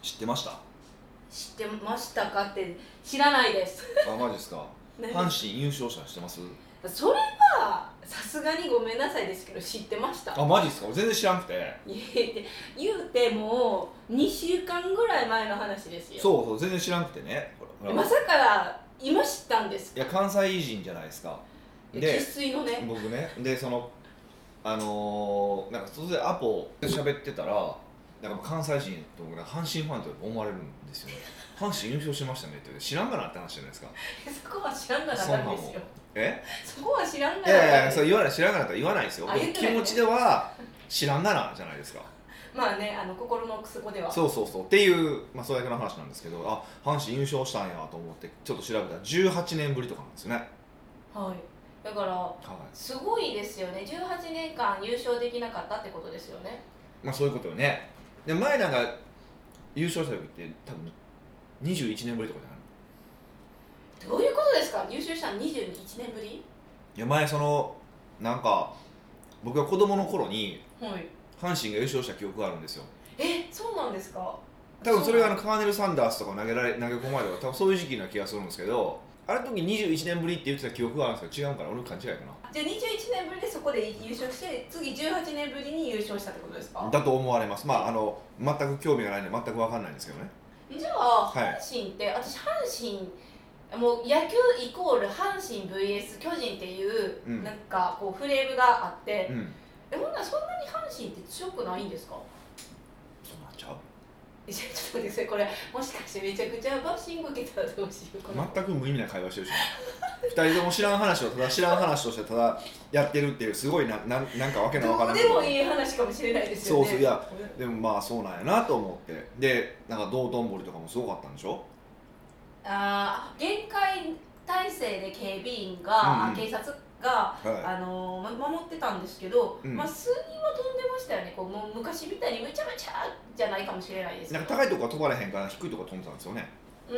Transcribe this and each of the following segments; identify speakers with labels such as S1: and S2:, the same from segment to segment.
S1: 知ってました
S2: 知ってましたかって知らないです
S1: あマジですか 阪
S2: 何
S1: 神優勝者してます
S2: それはさすがにごめんなさいですけど知ってました
S1: あマジですか俺全然知らんくて
S2: いやいや言うてもう2週間ぐらい前の話ですよ
S1: そうそう全然知らんくてねほらほ
S2: ま
S1: ら
S2: さか今知ったんです
S1: いや関西人じゃないですか
S2: 生
S1: で
S2: 粋のね
S1: 僕ねでそのあのーなんか突然アポで喋ってたらなんか関西人と僕ね阪神ファンと思われるんですよ ね阪神優勝しましたねって言って知らんがなって話じゃないです か
S2: そこは知らんがなかったんですよ
S1: え
S2: そこは知らんが
S1: い
S2: な
S1: や
S2: か
S1: い
S2: った
S1: や
S2: んです
S1: そう言わない知らんがなったら言わないですよ
S2: あ言って
S1: 気
S2: ないね
S1: 持ちでは知らんがなじゃないですか
S2: まあねあの心の奥底では
S1: そうそうそうっていう、まあ、それだけの話なんですけどあ阪神優勝したんやと思ってちょっと調べたら18年ぶりとかなんですよね、はい、
S2: はいだからすごいですよね18年間優勝できなかったってことですよね
S1: まあそういうことよねで前なんか優勝した時って多分21年ぶりとかじゃない
S2: どういうことですか優勝したの21年ぶり
S1: いや前そのなんか僕が子供の頃に
S2: はい
S1: 阪神が優勝した記憶があるんですよ
S2: えそうなんですか
S1: 多分それがあ
S2: う
S1: のカーネル・サンダースとか投げられ投げ込まれたとか多分そういう時期な気がするんですけどあの時21年ぶりって言ってた記憶があるんですけど違うから俺の勘違いか
S2: じゃあ21年ぶりでそこで優勝して次18年ぶりに優勝したってことですか
S1: なだと思われますまああの全く興味がないんで全く分かんないんですけどね
S2: じゃあ
S1: はい
S2: 阪神って、私阪神もう野球イコール阪神 VS 巨人っていう、
S1: うん
S2: なんかこうフレームがあって、
S1: うん
S2: えほんならそんなに阪神って強くないんですか
S1: そうなっちゃう
S2: えちょっと待ってくださいこれもしかしてめちゃくちゃバッシング受けたらどうしようかな
S1: 全く無意味な会話してるし2人とも知らん話をただ知らん話としてただやってるっていうすごいななんなんかわけのわか
S2: ど
S1: ら
S2: うんでもいい話かもしれないですよね
S1: そうそういやでもまあそうなんやなと思ってでなんか道頓堀とかもすごかったんでしょ
S2: あー限界体制で警備員
S1: うん
S2: が、
S1: うん
S2: 警察が、
S1: は
S2: あのーま守ってたんですけど、
S1: うん
S2: まあ、数人は飛んでましたよねこうもう昔みたいにむちゃむちゃじゃないかもしれないで
S1: い
S2: す
S1: なんか
S2: う
S1: 高いとこは飛ばれへんから低いとこ飛んでたんですよね
S2: ー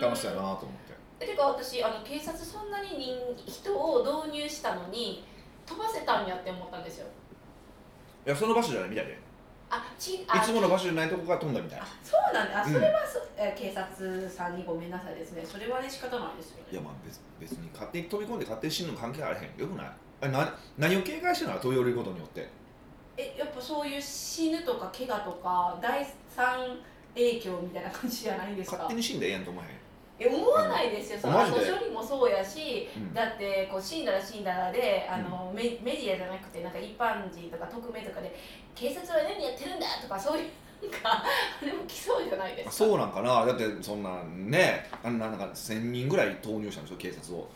S2: ん
S1: 楽しそうやなと思って
S2: てか私あの警察そんなに人人を導入したのに飛ばせたんやって思ったんですよ
S1: いやその場所じゃないみたいでい
S2: あちあ
S1: つもの場所じゃないとこから飛んだみたい
S2: あそうなんだあ
S1: うん
S2: それはそ、え警察さんにごめんなさいですねそれはね仕方ないですよ
S1: いや
S2: ね
S1: まあ別別に勝手に飛び込んで勝手に死ぬの関係あらへんよくないあれな何を警戒してるの飛び降りることによって
S2: えやっぱそういう死ぬとか怪我とか第三影響みたいな感じじゃないです
S1: 勝
S2: か
S1: 手に死んでええやんと思え
S2: え思わないですよ、その
S1: マ
S2: あ
S1: ジ
S2: の
S1: で
S2: 処理もそうやし
S1: へん、うん、
S2: だってこう死んだら死んだらであの、メメディアじゃなくてなんか一般人とか匿名とかで警察は何やってるんだとかそういうなんかあれも来そうじゃないですか
S1: そうなんかなだってそんなねあんななんか1000人ぐらい投入したんでしょ警察を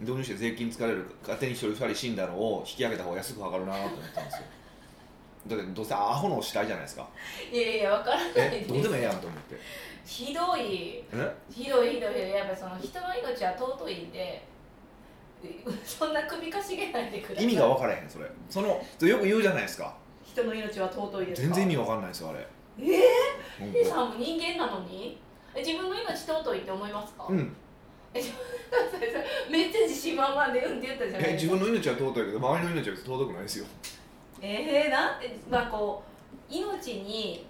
S2: うん
S1: 導入して税金疲れる勝手に一人二人死んだのを引き上げた方が安く上がるなと思ったんですよだってどうせアホの死体じゃないです か
S2: いやいやわからない
S1: え
S2: です
S1: どうでもええやんと思って
S2: ひどい
S1: え
S2: ひどいひどいひどいやっぱその人の命は尊いんで うそんな首かしげないでください
S1: 意味が分からへんそれそのそれよく言うじゃないですか
S2: 人の命は尊いですか
S1: 全然意味分かんないですよあれ
S2: え
S1: 本
S2: ー、さんも人間なのにえ自分の命尊いって思いますか、
S1: 当うん
S2: めっちゃ自信満々でうんって言ったじゃない
S1: え
S2: です
S1: 自
S2: か
S1: 分の命は尊いけど周りの命は尊くないですよ
S2: えー、なんてまあこう命に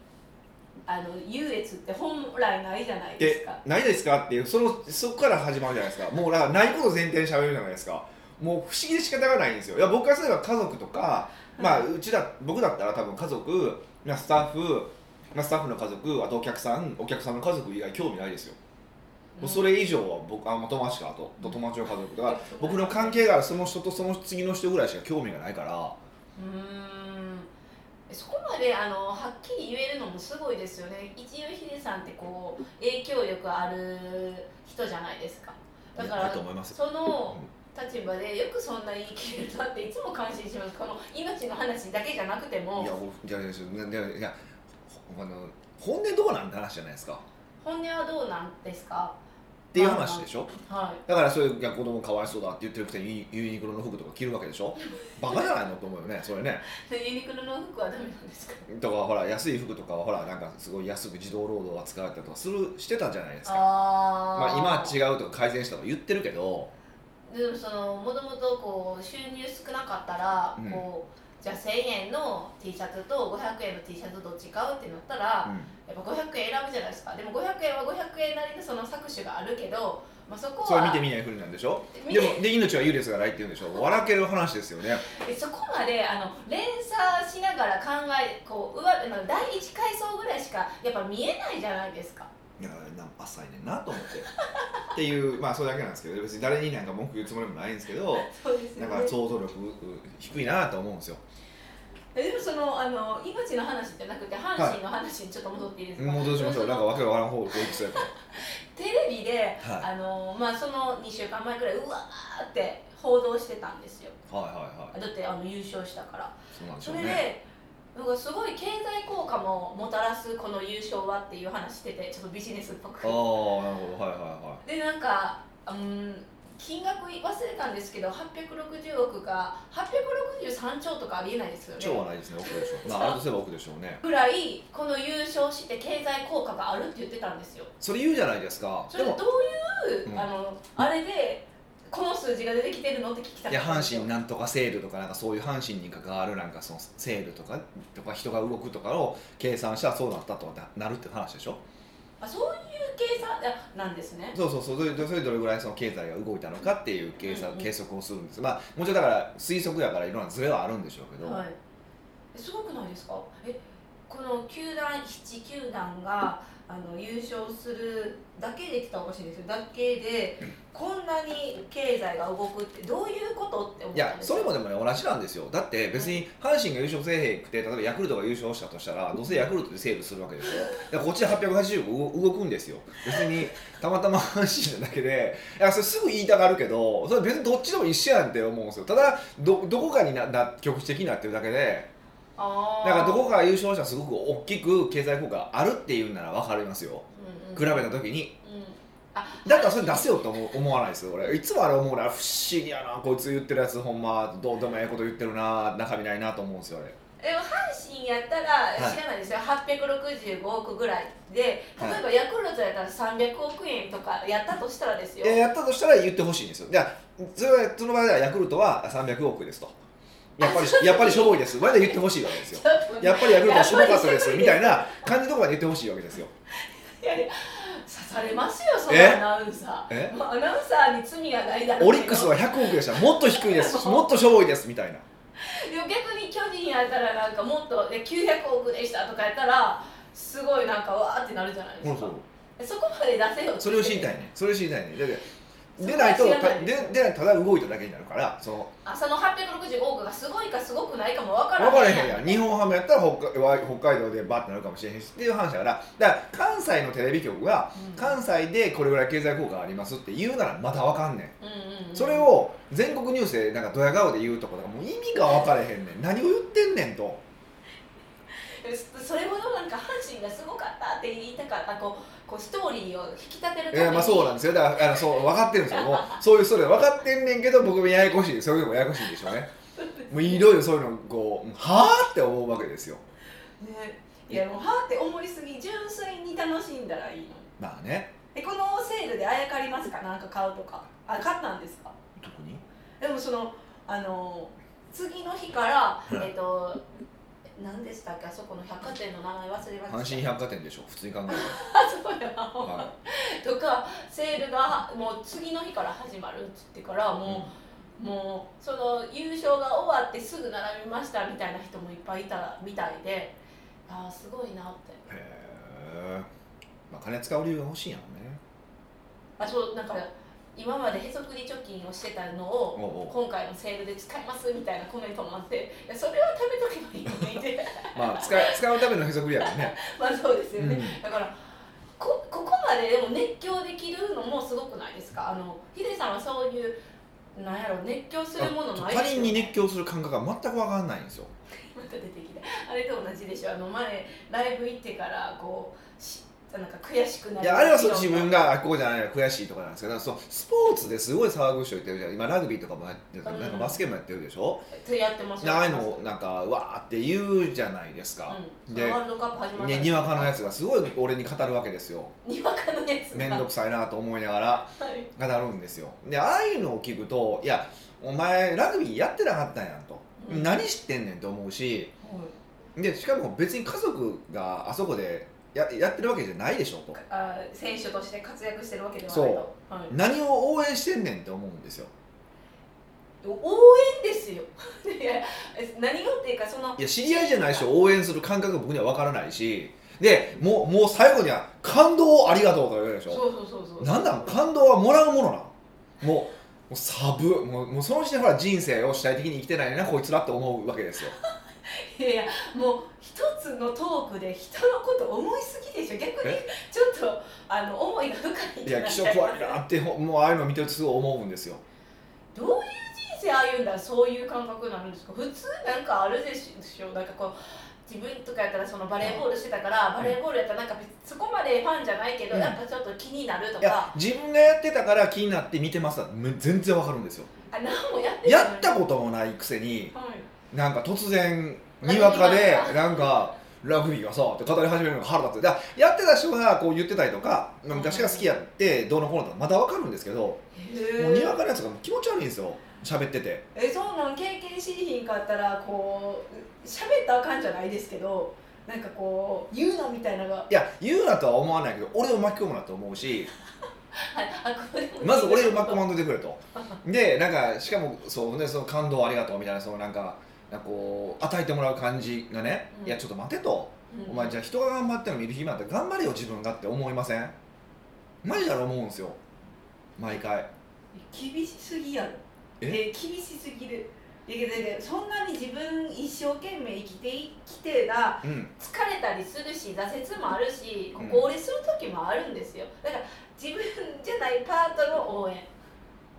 S2: あの優越って本来ないじゃないです
S1: で
S2: か
S1: ないですかっていうそのそこから始まるじゃないですかもうだからないことを前提にしゃべるじゃないですかもう不思議で仕方がないんですよいや僕はそういえば家族とか、まあ、うちだ僕だったら多分家族、まあ、スタッフ、まあ、スタッフの家族あとお客さんお客さんの家族以外興味ないですよ、もうそれ以上は僕あまあ友達かとと友達の家族とか僕の関係があるその人とその次の人ぐらいしか興味がないから
S2: うーんそこまであのはっきり言えるのもすごいですよね一応ヒデさんってこう影響力ある人じゃないですかだか
S1: いやいい
S2: ら
S1: と思いますよ
S2: その立場でよくそんな言い切れるなっていつも感心しますこの命の話だけじゃなくて
S1: い
S2: も
S1: や僕いやいやいやいやいやほあの本音どうなんて話じゃないですかっ
S2: 本音はどうなんですか
S1: ていう話でしょ
S2: は
S1: だからそういういや子供かわいそうだって言ってるくせにユニユニクロの服とか着るわけでしょバカじゃないのと思うよねそれね
S2: いでユニクロの服はダメなんですか
S1: とかほら安い服とかはほらなんかすごい安く自動労働扱われたりとかするしてたじゃないですか
S2: あ
S1: まあ、今は
S2: 違
S1: 違うとか改善したとか言ってるけど
S2: うでもそのもともとこう収入少なかったら、
S1: うん
S2: こじゃあ1000円の T シャツと500円の T シャツどっち買うってなったら、やっぱ500円選ぶじゃないですかでも500円は500円なりのその搾取があるけど、まあ、そこは
S1: それ見て見ないふりなんでしょ
S2: 見
S1: で
S2: て
S1: もで命は優劣がないって言うんでしょ笑ける話ですよね
S2: でそこまであの連鎖しながら考えこううわあの第一階層ぐらいしかやっぱ見えないじゃないですか
S1: いやなんか浅いねんなと思ってっていうまあそれだけなんですけど別に誰になんか文句言うつもりもないんですけど
S2: そうです
S1: なんか想像力う低いなと思うんですよ
S2: えでもそのあの命の話じゃなくて阪神の話にちょっと戻っていいですか、
S1: 戻しましょうなんか
S2: その
S1: わけわからん方向行きそうやか
S2: テレビで、
S1: は
S2: あのまあ、その2週間前ぐらいうわーって報道してたんですよ
S1: らはいはいはい
S2: だってあの優勝したから
S1: そうなんでし
S2: そ
S1: ょう
S2: れ
S1: ね
S2: でなんかすごい経済効果ももたらすこの優勝はっていう話しててちょっとビジネスっぽ
S1: ああ
S2: く
S1: なるほどはいはいは
S2: でなんか、うん、金額忘れたんですけど860億が863兆とかありえないですよ
S1: い超
S2: ね
S1: はないですね奥でしょうまああるとすれば奥でしょうね
S2: ぐらいこの優勝して経済効果があるって言ってたんですよ
S1: それ言うじゃないですか
S2: そ
S1: で
S2: れど
S1: も
S2: ういう、
S1: うん
S2: あのあれでこの数字が出てきてるのって聞きた
S1: い
S2: か
S1: や
S2: ったんで
S1: 阪
S2: すよ
S1: 神なんとかセールとかなんかそういう阪神に関わるなんかそのセールとかとか人が動くとかを計算したらそうなったとななるって話でしょ
S2: あそういう計算あなんですね
S1: そうそうそうそれでそれでどれぐらいその経済が動いたのかっていう計算、
S2: うんうん
S1: 計測をするんですまあもちろんだから推測やからいろんなズレはあるんでしょうけど、
S2: はい、えすごくないですかえこの球団7球団があの優勝するだけで言ってたらおかしいんですよだけでこんなに経済が動くってどういうことって思っ
S1: い
S2: た
S1: や
S2: んです
S1: そ
S2: か
S1: れもでもね同じなんですよだって別に阪神が優勝せえへんくて例えばヤクルトが優勝したとしたらどうせヤクルトでセーブするわけでしょだからこっちで880動動くんですよ別にたまたま阪神なだけでいやそれすぐ言いたがるけどそれ別にどっちでも一緒やんって思うんですよただどどこかになな局地的になってるだけで
S2: あ
S1: だ
S2: ー
S1: からどこかが優勝したらすごく大きく経済効果があるっていうんなら分かりますよ
S2: うんうん
S1: 比べた時に
S2: うんあ
S1: だからそれ出せよと思う思わないですよ俺いつもあれ思うな不思議やなこいつ言ってるやつほんまどうでもええこと言ってるな中身ないなと思うんですよ俺
S2: でも阪神やった
S1: はい
S2: ら知らないですよ、865億ぐらいで
S1: はい
S2: 例えばヤクルトやったら300億円とかやったとしたらですよ、
S1: えやったとしたら言ってほしいんですよじゃそれはその場合ではヤクルトは300億ですとやっ ぱりやっぱりしょぼいですまで言ってほしいわけですよ
S2: ちょっとね
S1: やっぱりヤクルトはしょぼかったです
S2: やっぱりしょぼいです
S1: みたいな感じのところまで言ってほしいわけ ですよ
S2: いやいや刺されますよそ
S1: え
S2: のアナウンサ
S1: え
S2: ーもうアナウンサーに罪がないだろうけど
S1: オリックスは100億でしたもっと低い ですもっとしょぼいですみたいな
S2: でも逆に巨人やったらなんかもっとで900億でしたとかやったらすごいなんかわーってなるじゃないですか、そこまで出せよって
S1: それを知りたいねそれを知りたいねだって
S2: そこ
S1: 出
S2: は
S1: ないと
S2: 知らない
S1: で出ないとただ動いただけになるからその
S2: あその865億がすごいかすごくないかも分から
S1: 分からへん
S2: や
S1: やん日本ハムやったら北海わ北海道でバッてなるかもしれへんしっていう話だからだから関西のテレビ局が関西でこれぐらい経済効果がありますって言うならまた分かんね
S2: うんうんうん
S1: んそれを全国ニュースでなんかドヤ顔で言うとかだからもう意味が分からへんねん何を言ってんねんと
S2: そそれほどなんか阪神がすごかったって言いたかったこうこうストーリーを引き立てるため
S1: い
S2: に
S1: やまあそうなんですよだからあのそう分かってるんですよもうそういうそれ分かってんねんけど僕もややこしいそういうのもややこしいんでしょうねもういろいろそういうのこうはあって思うわけですよ
S2: ねいやもうはーって思いすぎ純粋に楽しんだらいいのに
S1: まあね
S2: えこのセールであやかりますかなんか買うとかあ買ったんですか
S1: 特に
S2: でもそのあの次の日から
S1: うん
S2: えっと何でしたっけあそこの百貨店の名前忘れました
S1: 阪神百貨店でしょ普通に考えたら
S2: あそうや、
S1: は
S2: とかセールがもう次の日から始まるって言ってからもう、もうその優勝が終わってすぐ並びましたみたいな人もいっぱいいたみたいでああすごいなって
S1: へえまあ金使う理由が欲しいんやもんね
S2: あそうなんか今までへそくり貯金をしてたのを
S1: おうおう
S2: 今回のセールで使いますみたいなコメントもあっていやそれは食べとけばいいのにって
S1: まあ使い使うためのへそくりやからね、
S2: まあそう です
S1: う
S2: よ
S1: ん
S2: ね、、だからこここまででも熱狂できるのもすごくないですかあのヒデさんはそういうなんやろ熱狂するものない
S1: 他人に
S2: ね
S1: 熱狂する感覚が全く分かんないんですよ
S2: また出てきたあれと同じでしょあの前ライブ行ってからこうしなんか悔しくな
S1: い
S2: る
S1: やあれはそう
S2: 議
S1: 自
S2: 論が
S1: 分があこうじゃないな悔しいとかなんですけどそうスポーツですごい騒ぐ人いてるじゃん今ラグビーとかもやってる
S2: うん
S1: なんかバスケもやってるでしょ、
S2: とやってます
S1: でああいうのをなんかわーって言うじゃないですか、
S2: うん、
S1: で
S2: ワールドカップ始まった
S1: ね、にわかのやつがすごい俺に語るわけですよ
S2: にわかのやつが
S1: 面倒くさいなと思いながら
S2: はい
S1: がなるんですよでああいうのを聞くといやお前ラグビーやってなかったんやんと
S2: ううん
S1: 何してんねんと思うしでしかも別に家族があそこでややってるわけじゃないでしょと
S2: あ選手として活躍してるわけでは
S1: そ
S2: な
S1: う
S2: いと、はい、
S1: 何を応援してんねんって思うんですよ
S2: 応援ですよ いやえ何がっていうかその
S1: いや知り合いじゃない人を応援する感覚が僕には分からないしでもうもう最後には「感動をありがとう」とか言われるでし
S2: そう
S1: ょ
S2: そうそうそう
S1: なんだろう感動はもらうものなのもうもうサブもうもうその時点でほら人生を主体的に生きてないなこいつらって思うわけですよ
S2: いやいやもう一つのトークで人のこと思いすぎでしょ逆にちょっとあの思いが深いん
S1: い
S2: じゃ
S1: や
S2: ない
S1: 気色悪いなってほもうああいうの見てるとすごい思うんですよ
S2: どういう人生歩んだらそういう感覚になるんですか普通なんかあるでしょなんかこう自分とかやったらそのバレーボールしてたからバレーボールやったらなんか別にそこまでファンじゃないけど、
S1: うん
S2: やっぱちょっと気になると
S1: いや
S2: か
S1: 自分がやってたから気になって見てますだってむ全然わかるんですよ
S2: あ何もやってない
S1: やったこともないくせに
S2: はい
S1: なんか突然にわかで
S2: ラグビーが
S1: なんかラグビーがさって語り始めるのが腹立つだからやってた人がこう言ってたりとかまあ昔から好きやってどうのこうのとかまだわかるんですけども
S2: へ
S1: うにわ
S2: ー
S1: かのやつがもう気持ち悪いんですよ喋ってて
S2: えそんなん経験しひんかったらこう喋ったらあかんじゃないですけどなんかこう言うのみたいなのが
S1: いや言うなとは思わないけど俺を巻き込むなと思うし
S2: はいあこれ
S1: まず俺を巻き込まんといてくれとでなんかしかもそうねその感動をありがとうみたいなそのなんかなんかこう与えてもらう感じがね、
S2: うん
S1: いやちょっと待てと、
S2: うん
S1: お前じゃあ人が頑張ってるの見る暇あったら頑張れよ自分がって思いませんマジだろ思うんですよ毎回
S2: 厳しすぎやろ
S1: え
S2: え厳しすぎるいやだけどそんなに自分一生懸命生きていきてな
S1: うん
S2: 疲れたりするし挫折もあるし
S1: うん
S2: 高齢する時もあるんですよだから自分じゃないパートの応援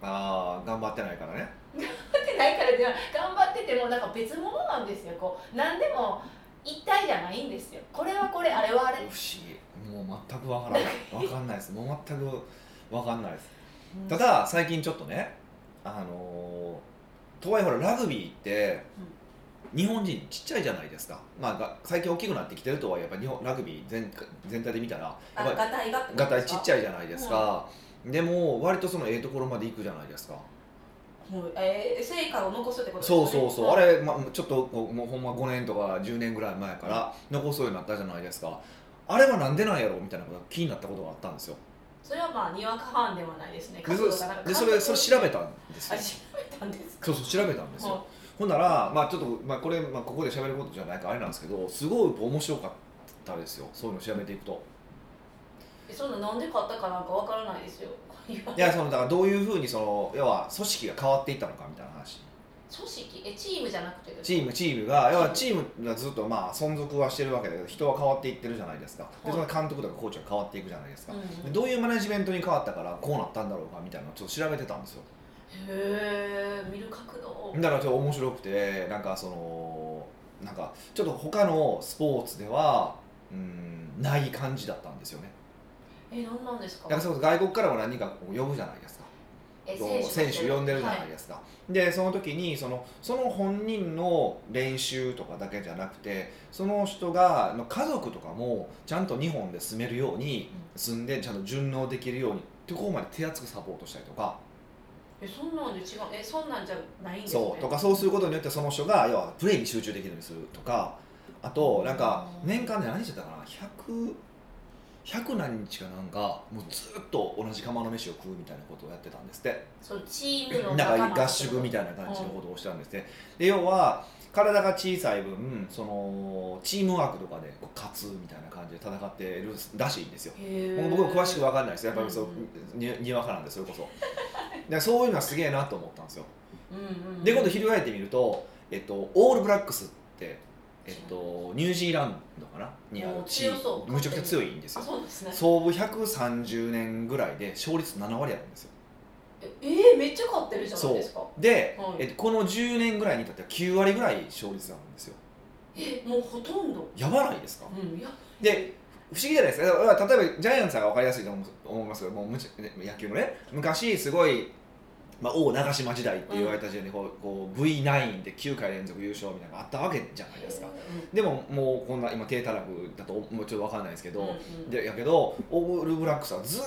S1: ああ頑張ってないからね
S2: 頑張ってないからでは頑張っててもなんか別物なんですよこう何でも一体じゃないんですよこれはこれあれはあれ
S1: 不思議もう全くわからないわかんないですもう全くわかんないですただ最近ちょっとねあのーとはいえほらラグビーって日本人ちっちゃいじゃないですか、まあが、最近大きくなってきてるとはいえやっぱ日本ラグビー全全体で見たら
S2: あ
S1: や
S2: の
S1: っぱ
S2: ガタイが
S1: りがたいちっち
S2: ゃ
S1: ゃいじゃないですか、でも割とそのええところまで行くじゃないですか、
S2: い、もうえー成果を残すってことです
S1: そ
S2: よ
S1: う
S2: ね
S1: そうそうあれ、ま、ちょっとこうもうほんま5年とか10年ぐらい前から残そうようになったじゃないですかあれはなんでなんやろみたいなことが気になったことがあったんですよ
S2: それはまあにわかファンではないですね
S1: でそ
S2: 角度がなんか
S1: でそれそれ調べたんです
S2: あ
S1: よ
S2: 調べたんですか
S1: そうそう調べたんですよ、
S2: は
S1: ほんなら、まあ、ちょっと、まあ、これ、まあ、ここで喋ることじゃないからあれなんですけどすごい面白かったですよそういうの調べていくと
S2: いそんななんで買ったかなんかわからないですよ組
S1: いやそのだからどういうふうにその要は組織が変わっていったのかみたいな話
S2: 織えチームじゃなくて
S1: チームチームが要はチームがずっとまあ存続はしてるわけだけど人は変わっていってるじゃないですかでその監督とかコーチが変わっていくじゃないですか、
S2: うん
S1: で
S2: うん
S1: どういうマネジメントに変わったからこうなったんだろうかみたいなのをちょっと調べてたんですよ
S2: へえ見る角度を
S1: だからちょっと面白くてなんかそのなんかちょっと他のスポーツではうんない感じだったんですよね
S2: えなんなんですか
S1: だからそれこそ外国からも何人かこう呼ぶじゃないですか
S2: え
S1: こう選手呼んでるじゃないですか、でその時にそのその本人の練習とかだけじゃなくてその人がの家族とかもちゃんと日本で住めるように住んでちゃんと順応できるようにってここまで手厚くサポートしたりとか
S2: えそんなんで違うえそんなんじゃないんですね
S1: そうとかそうすることによってその人が要はプレーに集中できるようにするとかあとなんか
S2: うん
S1: 年間で何してたかな100 100何日かなんかもうずっと同じ釜の飯を食うみたいなことをやってたんですって
S2: そうチームの
S1: なん
S2: 仲
S1: か
S2: 間
S1: 合宿みたいな感じのことをしたんですねで要は体が小さい分そのチームワークとかでこう勝つみたいな感じで戦ってるらしいんですよ
S2: へ
S1: も
S2: え
S1: う僕は詳しく分かんないですやっぱりそう
S2: うん
S1: ににわかなんでそれこそだからそういうのはすげえなと思ったんですよ
S2: うんうん
S1: で今度翻ってみると、えっと、オールブラックスって、えっと、ニュージーランドかなにあ
S2: お
S1: る
S2: ー
S1: チー
S2: 強そう
S1: ムむちゃくちゃ強いんです
S2: あ
S1: よ
S2: そうですね
S1: 創部130年ぐらいで勝率7割あるんですよ
S2: ええめっちゃ勝ってるじゃないですか
S1: で、
S2: はい
S1: えっと、この10年ぐらいに至っては9割ぐらい勝率なんですよ
S2: えもうほとんど
S1: やばないですか
S2: うんいや
S1: で不思議じゃないですかだから例えばジャイアンツさんが分かりやすいと思う思いますけどもうむち野球のね昔すごい、まあ、王長嶋時代って言われた時代にこうこう V9 で9回連続優勝みたいなのがあったわけじゃないですか
S2: うん
S1: でももうこんな今低たらくだともうちょっと分かんないですけど、
S2: うんうん
S1: でやけどオールブラックスはず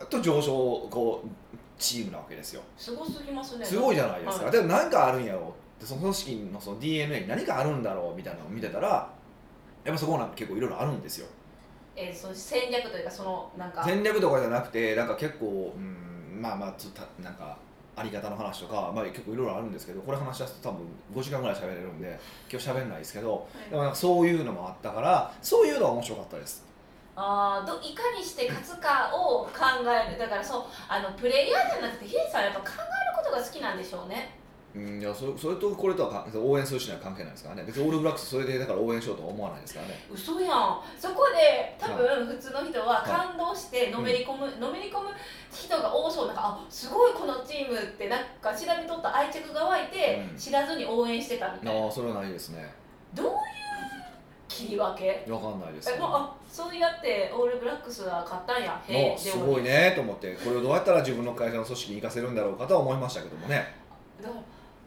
S1: ーっと上昇こうチームなわけですよ
S2: すごすぎますね
S1: すごいじゃないですか、
S2: はい
S1: でもなんかあるんやろってでその組織のその DNA に何があるんだろうみたいなのを見てたらやっぱそこなんか結構いろいろあるんですよ
S2: えー、その戦略というかそのなんか
S1: 戦略とかじゃなくてなんか結構うんまあまあちょっとたなんかあり方の話とか、まあ、結構いろいろあるんですけどこれ話し出すと多分5時間ぐらい喋れるんで今日喋んないですけどでもなんかそういうのもあったからそういうのは面白かったです
S2: あーどいかにして勝つかを考えるだからそうあのプレイヤーじゃなくてヒデさんはやっぱ考えることが好きなんでしょうね
S1: うんいやそそれとこれとはか応援するしない関係ないですからね別にオールブラックスそれでだから応援しようとは思わないですからね
S2: 嘘やんそこで多分普通の人は感動してのめり込む、のめり込む人が多そうなんかあすごいこのチームってなんか調べとった愛着が湧いて
S1: うん
S2: 知らずに応援してたみたいな、
S1: ああそれはないですね
S2: どういう切り分け
S1: わかんないです
S2: えもうあそうやってオールブラックスは勝ったんやへ
S1: も
S2: え
S1: うすごいねと思ってこれをどうやったら自分の会社の組織に生かせるんだろうかとは思いましたけどもね
S2: だから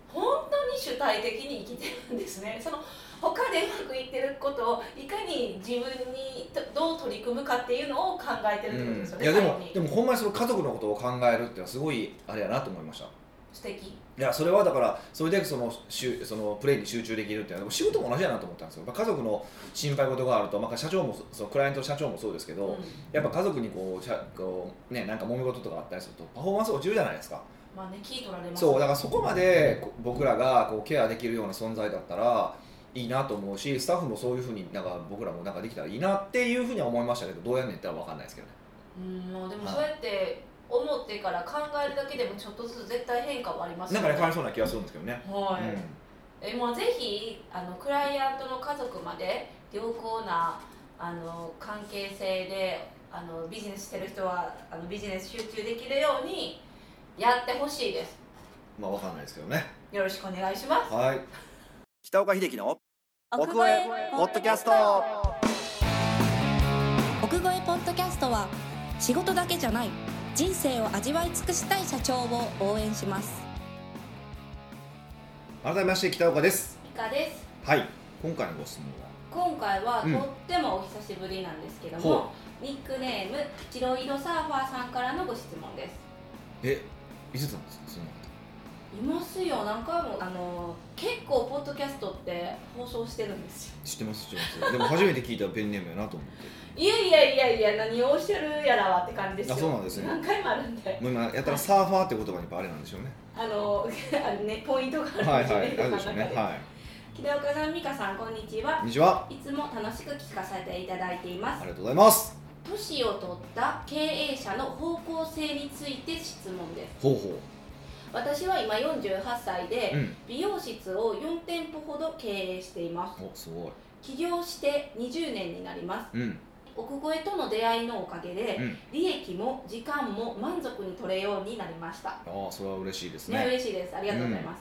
S2: 本当に主体的に生きてるんです ねその他でうまくいってることをいかに自分にとどう取り組むかっていうのを考えてるってことですよ
S1: い
S2: ね、
S1: やで
S2: 最
S1: も
S2: 後に
S1: でもほんまにその家族のことを考えるっていうのはすごいあれやなと思いましたい
S2: 素敵
S1: やそれはだからそれでそのしゅそのプレーに集中できるっていうのは仕事も同じやなと思ったんですよやっぱ家族の心配事があると、まあ、社長もそそのクライアントの社長もそうですけど、
S2: うん
S1: やっぱ家族にこうしゃこうねなんか揉め事とかあったりするとパフォーマンス落ちるじゃないですか
S2: まあね聞い取られます
S1: そうだからそこまでこ僕らがこうケアできるような存在だったらいいなと思うしスタッフもそういうふうになんか僕らもなんかできたらいいなっていうふうには思いましたけどどうやんねんって言ったら分かんないですけどね
S2: うんまあでも
S1: はい
S2: そうやって思ってから考えるだけでもちょっとずつ絶対変化はあります
S1: な
S2: よ
S1: んかね変わりそうな気がするんですけどね、
S2: はい、
S1: うん
S2: えもうぜひあのクライアントの家族まで良好なあの関係性であのビジネスしてる人はあのビジネス集中できるようにやってほしいです
S1: まあ分かんないですけどね
S2: よろしくお願いします
S1: はい北岡秀樹の奥越えポッドキャスト
S3: 奥越えポッドキャストは仕事だけじゃない人生を味わい尽くしたい社長を応援します
S1: 改めまして北岡です
S2: いかです
S1: はい今回のご質問は
S2: 今回は
S1: うん
S2: とってもお久しぶりなんですけど
S1: ほ
S2: も、ニックネームチロイドサーファーさんからのご質問です
S1: えいつなんですかそんなこと
S2: いますよ何回もあの結構ポッドキャストって放送してるんですよ
S1: 知ってます知ってますでも初めて聞いたペンネームやなと思って
S2: いやいやいやいや何をおっしゃるやらはって感じですよ
S1: あそうなんですね
S2: 何回もあるんで
S1: もう今やったらサーファーって言葉にバレなんでしょうね
S2: あのあのねポイントが
S1: はい
S2: あるんです
S1: は
S2: よ
S1: い
S2: ね、
S1: あるでしょうね
S2: この中で
S1: はい
S2: 北岡さん美香さんこんにち
S1: こ
S2: は
S1: んにちはい
S2: つも楽しく聞かせていただいていま
S1: あ
S2: す
S1: りがとうございます
S2: 年を取った経営者の方向性について質問です
S1: ほうほ
S2: 私は今48歳
S1: うう
S2: で
S1: ん
S2: 美容室を4店舗ほど経営しています
S1: おすごい
S2: 起業して20年になります
S1: うん
S2: 奥越えとの出会いのおかげで
S1: うん
S2: 利益も時間も満足に取れようになりました
S1: ああそれは嬉しいです
S2: ね、
S1: ね
S2: 嬉しいです。ありがとうございま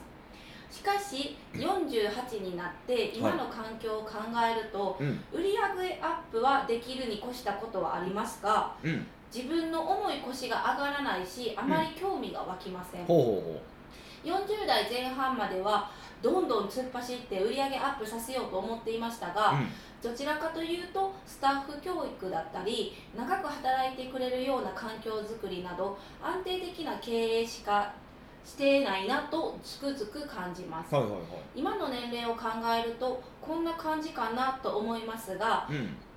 S2: す。しかし、48になって今の環境を考えると、
S1: うん
S2: 売上アップはできるに越したことはありますが、
S1: うん
S2: 自分の重い腰が上がらないし、あまり興味が湧きません。
S1: ほうほうほ
S2: 40代前半まではどんどん突っ走って売上アップさせようと思っていましたが、
S1: う
S2: どちらかというとスタッフ教育だったり長く働いてくれるような環境づくりなど安定的な経営しかしてないなとつくづく感じます、
S1: うんはいはいは
S2: 今の年齢を考えるとこんな感じかなと思いますが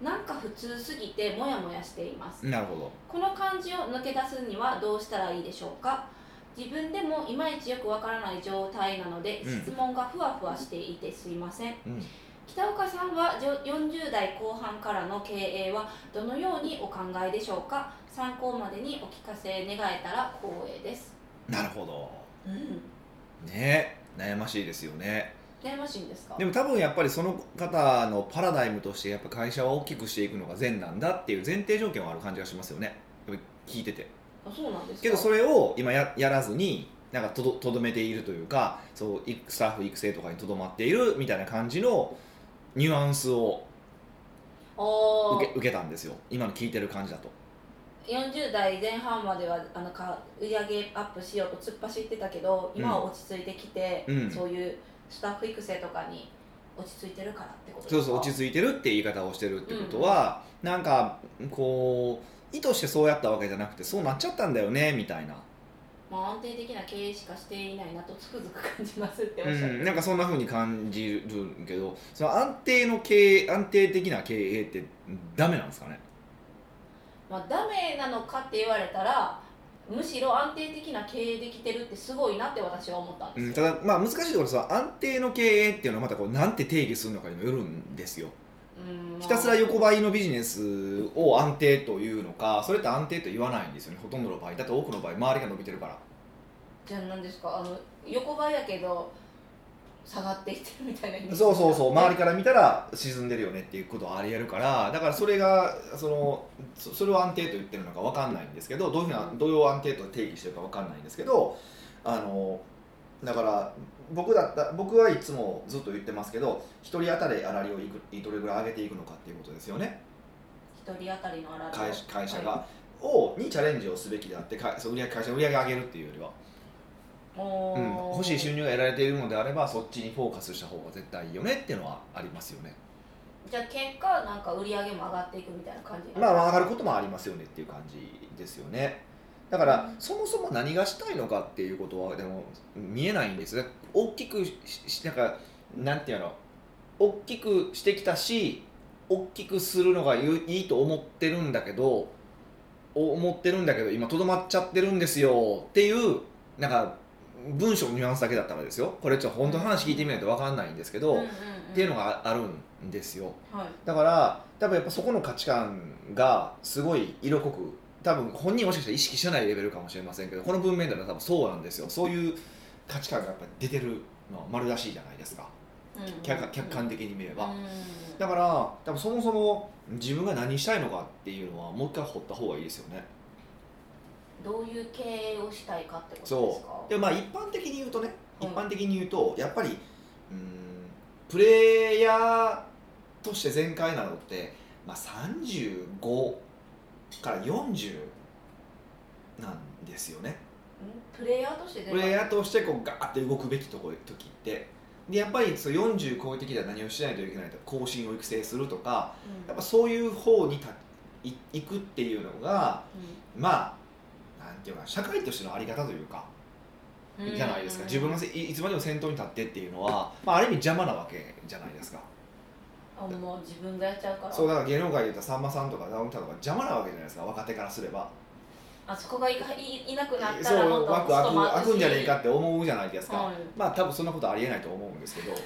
S1: い
S2: なんか普通すぎてモヤモヤしています
S1: うんなるほど
S2: この感じを抜け出すにはどうしたらいいでしょうか自分でもいまいちよくわからない状態なので、
S1: うん
S2: 質問がふわふわしていてすいません
S1: うん
S2: 北岡さんはじょ40代後半からの経営はどのようにお考えでしょうか参考までにお聞かせ願えたら光栄です
S1: なるほど
S2: うん
S1: ね悩ましいですよね
S2: 悩ましいんですか
S1: でも多分やっぱりその方のパラダイムとしてやっぱ会社を大きくしていくのが善なんだっていう前提条件はある感じがしますよねやっぱり聞いてて
S2: あそうなんですか
S1: けどそれを今ややらずになんかとどとどめているというかそういスタッフ育成とかにとどまっているみたいな感じのニュアンスを
S2: あ
S1: 受け受けたんですよ今の聞いてる感じだと
S2: ー40代前半まではあのか売り上げアップしようと突っ走ってたけど今は落ち着いてきて、
S1: うん
S2: そういうスタッフ育成とかに落ち着いてるからってことです
S1: そ
S2: か
S1: うそう落ち着いてるって言い方をしてるってことは、なんかこう意図してそうやったわけじゃなくてそうなっちゃったんだよねみたいな
S2: まあ、安定的な経営しかしていないなとつくづく感じますってお
S1: う
S2: っしゃって、
S1: ん、なんかそんな風に感じるけどその安定の経営安定的な経営ってダメなんですかね
S2: まあ、ダメなのかって言われたらむしろ安定的な経営できてるってすごいなって私は思ったん
S1: うん、
S2: です
S1: た
S2: よ、
S1: だまあ難しいところさ安定の経営っていうのはまたこうなんて定義するのかにもよるんですよ
S2: うんまあ
S1: ひたすら横ばいのビジネスを安定というのかそれって安定と言わないんですよねほとんどの場合だって多くの場合周りが伸びてるから
S2: じゃあ何ですかあの横ばいだけど下がっていってるみたいなイメージ
S1: そうそうそう周りから見たら沈んでるよねっていうことはありえるからだからそれがそのそそれを安定と言ってるのか分かんないんですけどどういうふうなどういう安定と定義してるか分かんないんですけどあのだから僕だった僕はいつもずっと言ってますけど1人当たり粗利をいくどれぐらい上げていくのかっていうことですよね
S2: 一人当たりのあら
S1: 会社会社が、
S2: は
S1: をにチャレンジをすべきであってかそう売り上げ会社の売り上げ上げるっていうよりは、
S2: いお
S1: うん
S2: ー、
S1: 欲しい収入が得られているのであればそっちにフォーカスした方が絶対いいよねっていうのはありますよね
S2: じゃあ結果なんか売り上げも上がっていくみたいな感じ
S1: まあ、上
S2: あ
S1: がることもありますよねっていう感じですよねだから、
S2: うん
S1: そもそも何がしたいのかっていうことはでも見えないんですね大きくししなんかなんていうの大きくしてきたし大きくするのがいいいいと思ってるんだけどお思ってるんだけど今とどまっちゃってるんですよっていうなんか文章のニュアンスだけだったらですよこれちょっと本当の話聞いてみないと分かんないんですけど、
S2: うんうん
S1: っ
S2: ん
S1: ていうのがああるんですよ。
S2: はい
S1: だから多分やっぱそこの価値観がすごい色濃く多分本人もしかしたら意識してないレベルかもしれませんけどこの文面では多分そうなんですよそういう価値観がやっぱり出てるのは丸らしいじゃないですか
S2: うんうんうん
S1: 客観客観的に見れば、
S2: うん
S1: だから多分そもそも自分が何したいのかっていうのはもう一回掘った方がいいですよね
S2: どういう経営をしたいかってことですか
S1: そうでまあ一般的に言うとね、
S2: はい
S1: 一般的に言うとやっぱりうーんプレイヤーとして全開なのって、まあ、35から40なんですよね
S2: んプレイヤーとして
S1: プレイヤーとしてこうガーって動くべきとこ時ってでやっぱりそう40超えてきたら何をしないといけないと更新を育成するとかやっぱそういう方にたい行くっていうのがまあなんていうか社会としてのあり方というかじゃないですか自分が
S2: が
S1: せいいつまでも先頭に立ってっていうのは、まあ、ある意味邪魔なわけじゃないですか
S2: あもう自分がやっちゃうから
S1: そうだから芸能界で言ったらさんまさんとか直美さんとか邪魔なわけじゃないですか若手からすれば
S2: あそこがいかいいなくなった
S1: そ
S2: らもっ
S1: う
S2: と
S1: ワクワク
S2: もっと
S1: 開くんじゃねえか
S2: 回
S1: って思うじゃないです
S2: すし
S1: か、
S2: はい
S1: まあ多分そんなことありえないと思うんですけど
S2: ま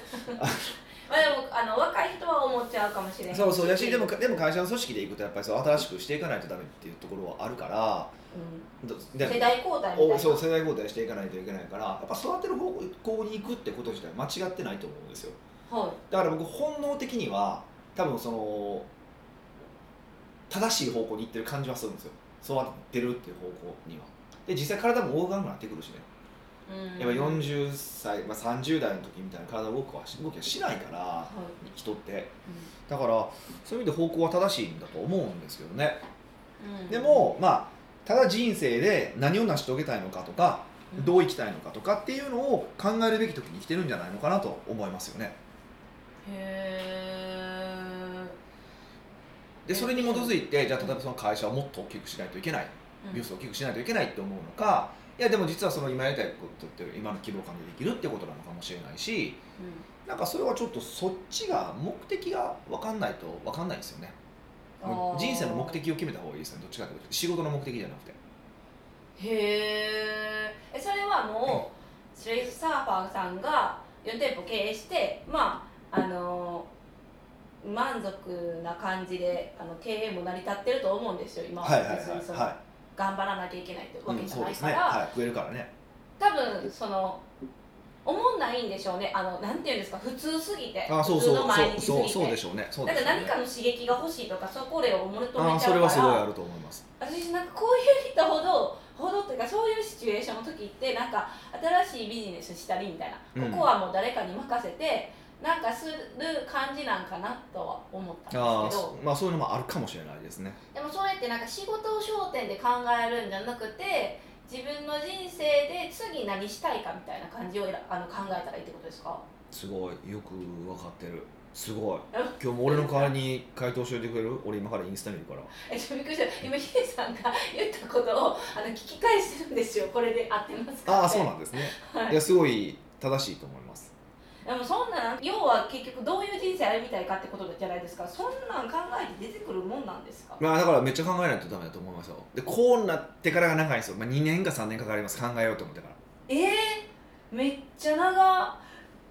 S2: あでもあの若い人は思っちゃうかもしれない
S1: そうそうだしでもでも会社の組織でいくとやっぱりそう新しくしていかないとダメっていうところはあるからど
S2: うん
S1: で
S2: 世代交代みたい
S1: お
S2: な
S1: そう世代交代していかないといけないからやっぱ育てる方向に行くってこと自体間違ってないと思うんですよ
S2: は
S1: だから僕本能的には多分その正しい方向に行ってる感じはするんですよそうなってるっていう方向にはで実際体も大きくなってくるしね
S2: いうん
S1: やっぱ40歳、まあ、30代の時みたいな体動くは動きはしないから
S2: はい
S1: 人ってだからそういう意味で方向は正しいんだと思うんですけどね
S2: うんうん
S1: でもまあただ人生で何を成し遂げたいのかとか
S2: うん
S1: どう生きたいのかとかっていうのを考えるべき時に生きてるんじゃないのかなと思いますよね
S2: へ
S1: でそれに基づいてじゃあ例えばその会社をもっと大きくしないといけない
S2: え
S1: ニュースを大きくしないといけないって思うのかいやでも実はその今やりたいことって今の希望感でできるってことなのかもしれないし
S2: うん
S1: なんかそれはちょっとそっちが目的が分かんないと分かんないですよね
S2: あー
S1: 人生の目的を決めた方がいいですねどっちかというと仕事の目的じゃなくて
S2: へええそれはもうシュレイフサーファーさんが4店舗経営してまああのー満足な感じであの経営も成り立ってると思うんですよ今
S1: はいはいはい
S2: 別にその
S1: は
S2: 頑張らなきゃいけないってわ
S1: い、う
S2: け
S1: ん、
S2: じゃ
S1: そう
S2: ない
S1: です
S2: か
S1: ね、
S2: ら、
S1: はい、食えるからね
S2: 多分その思んないんでしょうねあのなんていうんですか普通すぎて
S1: あーそうそう
S2: 普通の毎日すぎ
S1: そう
S2: て
S1: そうそうでしょうねそう
S2: だ
S1: で
S2: か
S1: しょ
S2: ら
S1: うね
S2: 何かの刺激が欲しいとかそこでを求めちゃう
S1: あ
S2: か
S1: ー
S2: ら
S1: それはすごいあると思います
S2: 私なんかこういう人ほどほどっていうかそういうシチュエーションの時ってなんか新しいビジネスしたりみたいな、
S1: うん
S2: ここはもう誰かに任せてなんかする感じなんかなとは思ったん
S1: あ
S2: ですけど
S1: ーまあそういうのもあるかもしれないですね
S2: でもそうやってなんか仕事を焦点で考えるんじゃなくて自分の人生で次何したいかみたいな感じをえらあの考えたらいいってことですか
S1: すごいよく分かってるすごい今日も俺の代わりに回答しておいてくれる俺今からインスタ見るから
S2: えちょっとびっくりした今ヒデさんが言ったことをあの聞き返してるんですよこれで合ってますか
S1: ああそうんなんですね、
S2: はい
S1: い、やすごい正しいと思います
S2: でもそんなん要は結局どういう人生歩みたいかってことじゃないですかそんなん考えて出てくるもんなんですか
S1: まあだからめっちゃ考えないとダメだと思いますよでこうなってからが長いんですよ、まあ、2年か3年かかります考えようと思ってから
S2: えー、めっちゃ長だ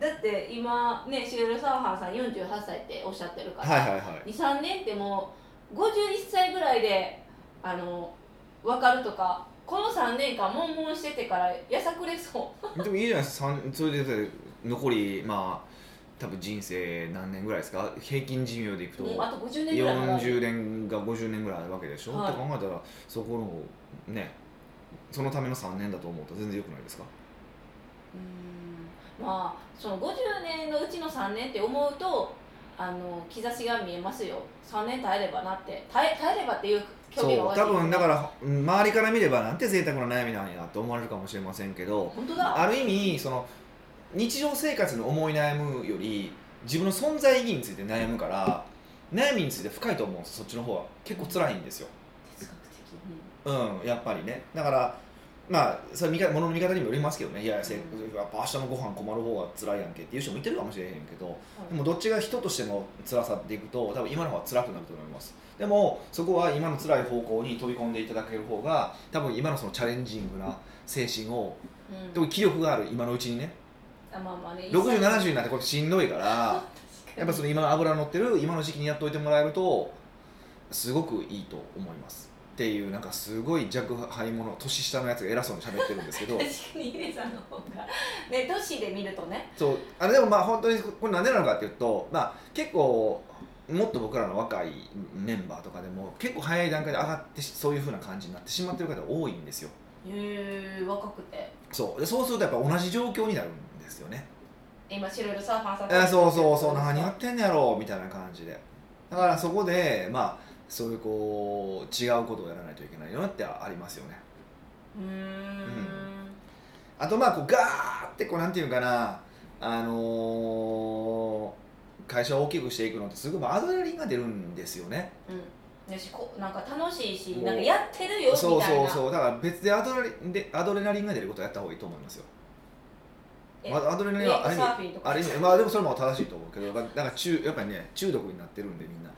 S2: って今ねシエル・サーハンさん48歳っておっしゃってるから、
S1: はいはいはい
S2: 23年ってもう51歳ぐらいであの分かるとかこの3年間悶々しててからやさくれそう
S1: でもいいじゃないですかさんそれで残りまあ多分人生何年ぐらいですか平均寿命でいくと
S2: もうあと50年ぐらいかかる
S1: 40年が50年ぐらいあるわけでしょ、
S2: はい
S1: って考えたらそこのねそのための3年だと思うと全然よくないですか
S2: うーんまあその50年のうちの3年って思うとあの兆しが見えますよ3年耐えればなって耐え耐えればっていう距離が
S1: そ
S2: お
S1: う
S2: かしい
S1: 多分だからうん周りから見ればなんて贅沢な悩みなんやなって思われるかもしれませんけど
S2: 本当だ
S1: ある意味その日常生活の思い悩むより自分の存在意義について悩むから悩みについて深いと思うんですそっちの方は結構辛いんですよ
S2: 哲学的
S1: うんやっぱりねだからまあそれ見か物の見方にもよりますけどねいやせやっぱ明日のご飯困る方が辛いやんけっていう人もいてるかもしれへんけどで
S2: うん、
S1: もどっちが人としての辛さっていくと多分今の方が辛くなると思いますでもそこは今の辛い方向に飛び込んでいただける方が多分今のそのチャレンジングな精神を
S2: うん
S1: でも気力がある今のうちにね
S2: あまあまあね
S1: 6070になってこれしんどいからやっぱそ
S2: れ
S1: の今の油乗ってる今の時期にやっといてもらえるとすごくいいと思いますっていうなんかすごい若輩者年下のやつが偉そうに喋ってるんです けど
S2: 確かにヒデさんの方がね都市で見るとね
S1: そうあれでもまあ本当にこれなんでなのかっていうと、まあ、結構もっと僕らの若いメンバーとかでも結構早い段階で上がってしそういう風な感じになってしまってる方が多いんですよ
S2: へえ若くて
S1: そうでそうするとやっぱ同じ状況になるんですよね
S2: 今白色サーファーさん
S1: えーそうそうそう何やってんねやろみたいな感じでだからそこでまあそういうこう違うことをやらないといけないよなってありますよね
S2: うーん
S1: あとまあこうガーってこうなんていうかなあのー会社を大きくしていくのってすごいアドレナリンが出るんですよね
S2: うんよしこなんか楽しいし
S1: もう
S2: なんかやってるよみたい
S1: そう
S2: な
S1: そうそうだから別でアドレナリンでアドレナリンが出ることをやった方がいいと思いますよ
S2: え
S1: まあアドレナ
S2: ウ
S1: リ
S2: ェ
S1: ンはあれ
S2: イク
S1: に
S2: サーフィンとか
S1: あれまあでもそれも正しいと思うけどだから中やっぱりね中毒になってるんでみんな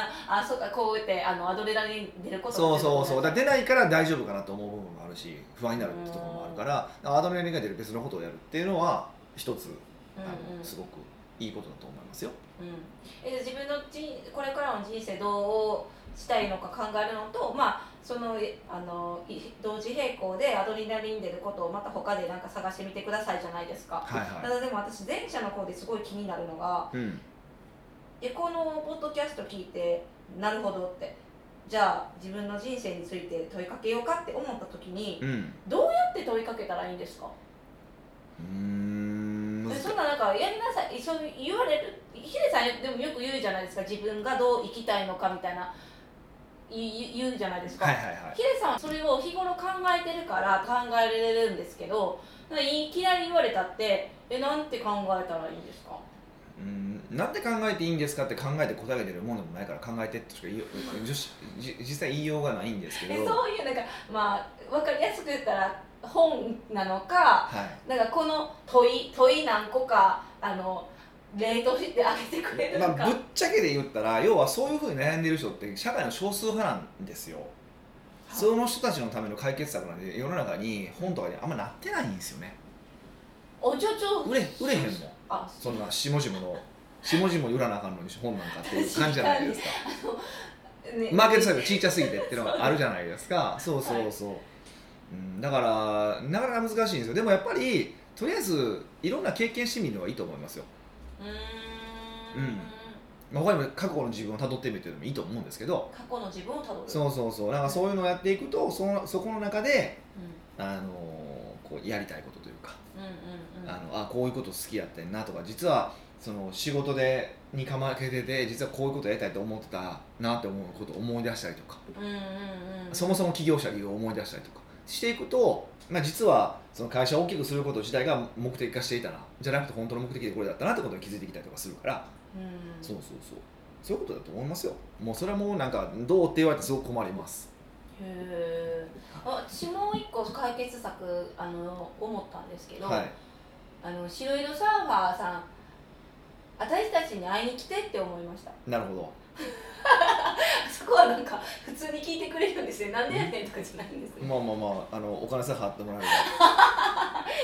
S2: なあそうかこうやってあのアドレナリン出ること
S1: そうそうそうだ
S2: だ
S1: から出ないから大丈夫かなと思う部分もあるし不安になるってところもあるからだからアドレナリンが出る別のことをやるっていうのは一つ、
S2: う
S1: あ
S2: ん
S1: の
S2: うん
S1: すごくいいことだと思いますよ
S2: うんえじゃあ自分の人これからの人生どうしたいのか考えるのとまあそのえあのい同時並行でアドレナリン出ることをまた他でなんか探してみてくださいじゃないですか、
S1: はいは
S2: ただでも私前者の方ですごい気になるのが
S1: い、うん、
S2: でこのポッドキャスト聞いてなるほどってじゃあ自分の人生について問いかけようかって思った時に
S1: う
S2: どうんやって問いかけたらいいんですか
S1: うーん
S2: えそんななんかやりなさいそう言われるヒデさんでもよく言うじゃないですか自分がどう生きたいのかみたいな言う言うじゃないですか、
S1: はいはいはい
S2: ヒデさんはそれを日頃考えてるから考えられるんですけどいきなり言われたってえなんて考えたらいいんですか
S1: うんなんで考えていいんですかって考えて答えてるものでもないから考えてってしか言いよう女子じ実際言いようがないんですけ
S2: え
S1: ど
S2: そういうなんかまあ分かりやすく言ったら本なのか
S1: はい
S2: なんかこの問い問い何個かあの冷凍してあげてくれるのか、
S1: まあ、ぶっちゃけで言ったら要はそういうふうに悩んでる人って社会の少数派なんですよその人たちのための解決策なんで世の中に本とかにあんまなってないんですよね
S2: おちょちょ
S1: 売れ売れへんもん
S2: あ
S1: そんな下々の下々売らなあかんのに本なんかっていう感じじゃないですか
S2: ね
S1: マーケットサイズちっちゃすぎてっていうのがあるじゃないですかそうそうそう、うん、だからなかなか難しいんですよでもやっぱりとりあえずいろんな経験してみるのがいいと思いますよ
S2: うー
S1: うん
S2: ん
S1: まあ他にも過去の自分をたどってみるっていうのもいいと思うんですけど
S2: 過去の自分をたどる
S1: そうそうそうなんかそういうのをやっていくとそのそこの中で、
S2: う
S1: あのーこうやりたいことというか、
S2: んうんうんうん
S1: あのあこういうこと好きやってんなとか実はその仕事でにかまけてて実はこういうことやりたいと思ってたなって思うことを思い出したりとか、
S2: うんうんうん
S1: そもそも起業者理由を思い出したりとかしていくと、まあ、実はその会社を大きくすること自体が目的化していたなじゃなくて本当の目的でこれだったなってことに気づいてきたりとかするから、
S2: うん
S1: そうそうそうそういうことだと思いますよもうそれはもうなんかどうって言われてすごく困ります
S2: へーあ私もう一個解決策あの思ったんですけど、
S1: はい
S2: あの白色サーファーさん私たちに会いに来てって思いました
S1: なるほど
S2: そこはなんか普通に聞いてくれるんですねなんでやねんとかじゃないんですね
S1: まあまあまああのお金さえ払ってもらえれば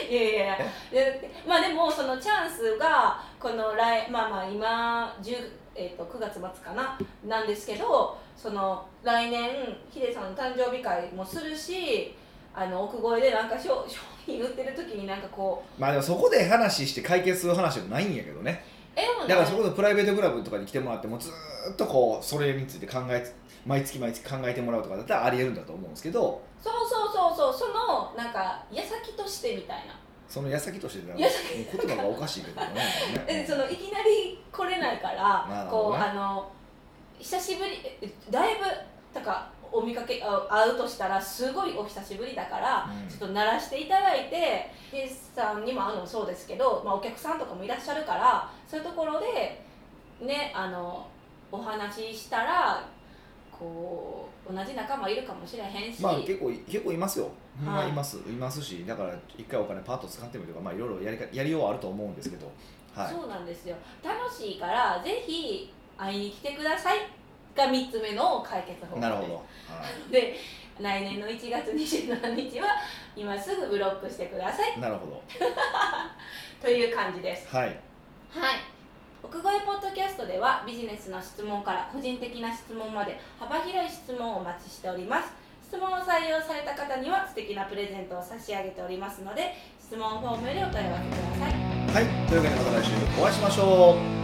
S2: いやいやいやでまあでもそのチャンスがこの来まあまあ今10、えっと9月末かななんですけどその来年ヒデさんの誕生日会もするしあの奥越えでなんか商商品売ってる時になんかこう
S1: まあでもそこで話して解決する話はないんやけどね
S2: 絵をね
S1: だからそこでプライベートクラブとかに来てもらってもうずーっとこうそれについて考えつ毎月毎月考えてもらうとかだったらありえるんだと思うんですけど
S2: そうそうそうそうそのなんか矢先としてみたいな
S1: その矢先としてなんか
S2: 矢
S1: 言葉がおかしいけどねなんか
S2: え
S1: ね
S2: そのいきなり来れないから、
S1: なるほ
S2: こ
S1: ど
S2: う
S1: ね
S2: あの久しぶりえだいぶだからお見かけあ会うとしたらすごいお久しぶりだから、
S1: うん
S2: ちょっと鳴らしていただいてヒデさんにも会うのもそうですけど、まあ、お客さんとかもいらっしゃるからそういうところでねあのお話ししたらこう同じ仲間いるかもしれへんし、
S1: まあ結構い結構いますよ、ほんま
S2: はい
S1: いますいますしだから一回お金パッと使ってみるとかまあいろいろやりかやりようはあると思うんですけどはい
S2: そうなんですよ楽しいからぜひ会いに来てくださいが3つ目の解決方法です
S1: なるほど、はい、
S2: で来年の1月27日は今すぐブロックしてください
S1: なるほど
S2: という感じです
S1: はい
S2: はい奥越ポッドキャストではビジネスの質問から個人的な質問まで幅広い質問をお待ちしております質問を採用された方には素敵なプレゼントを差し上げておりますので質問フォームよりお問い合わせください
S1: はいというわけでまた来週お会いしましょう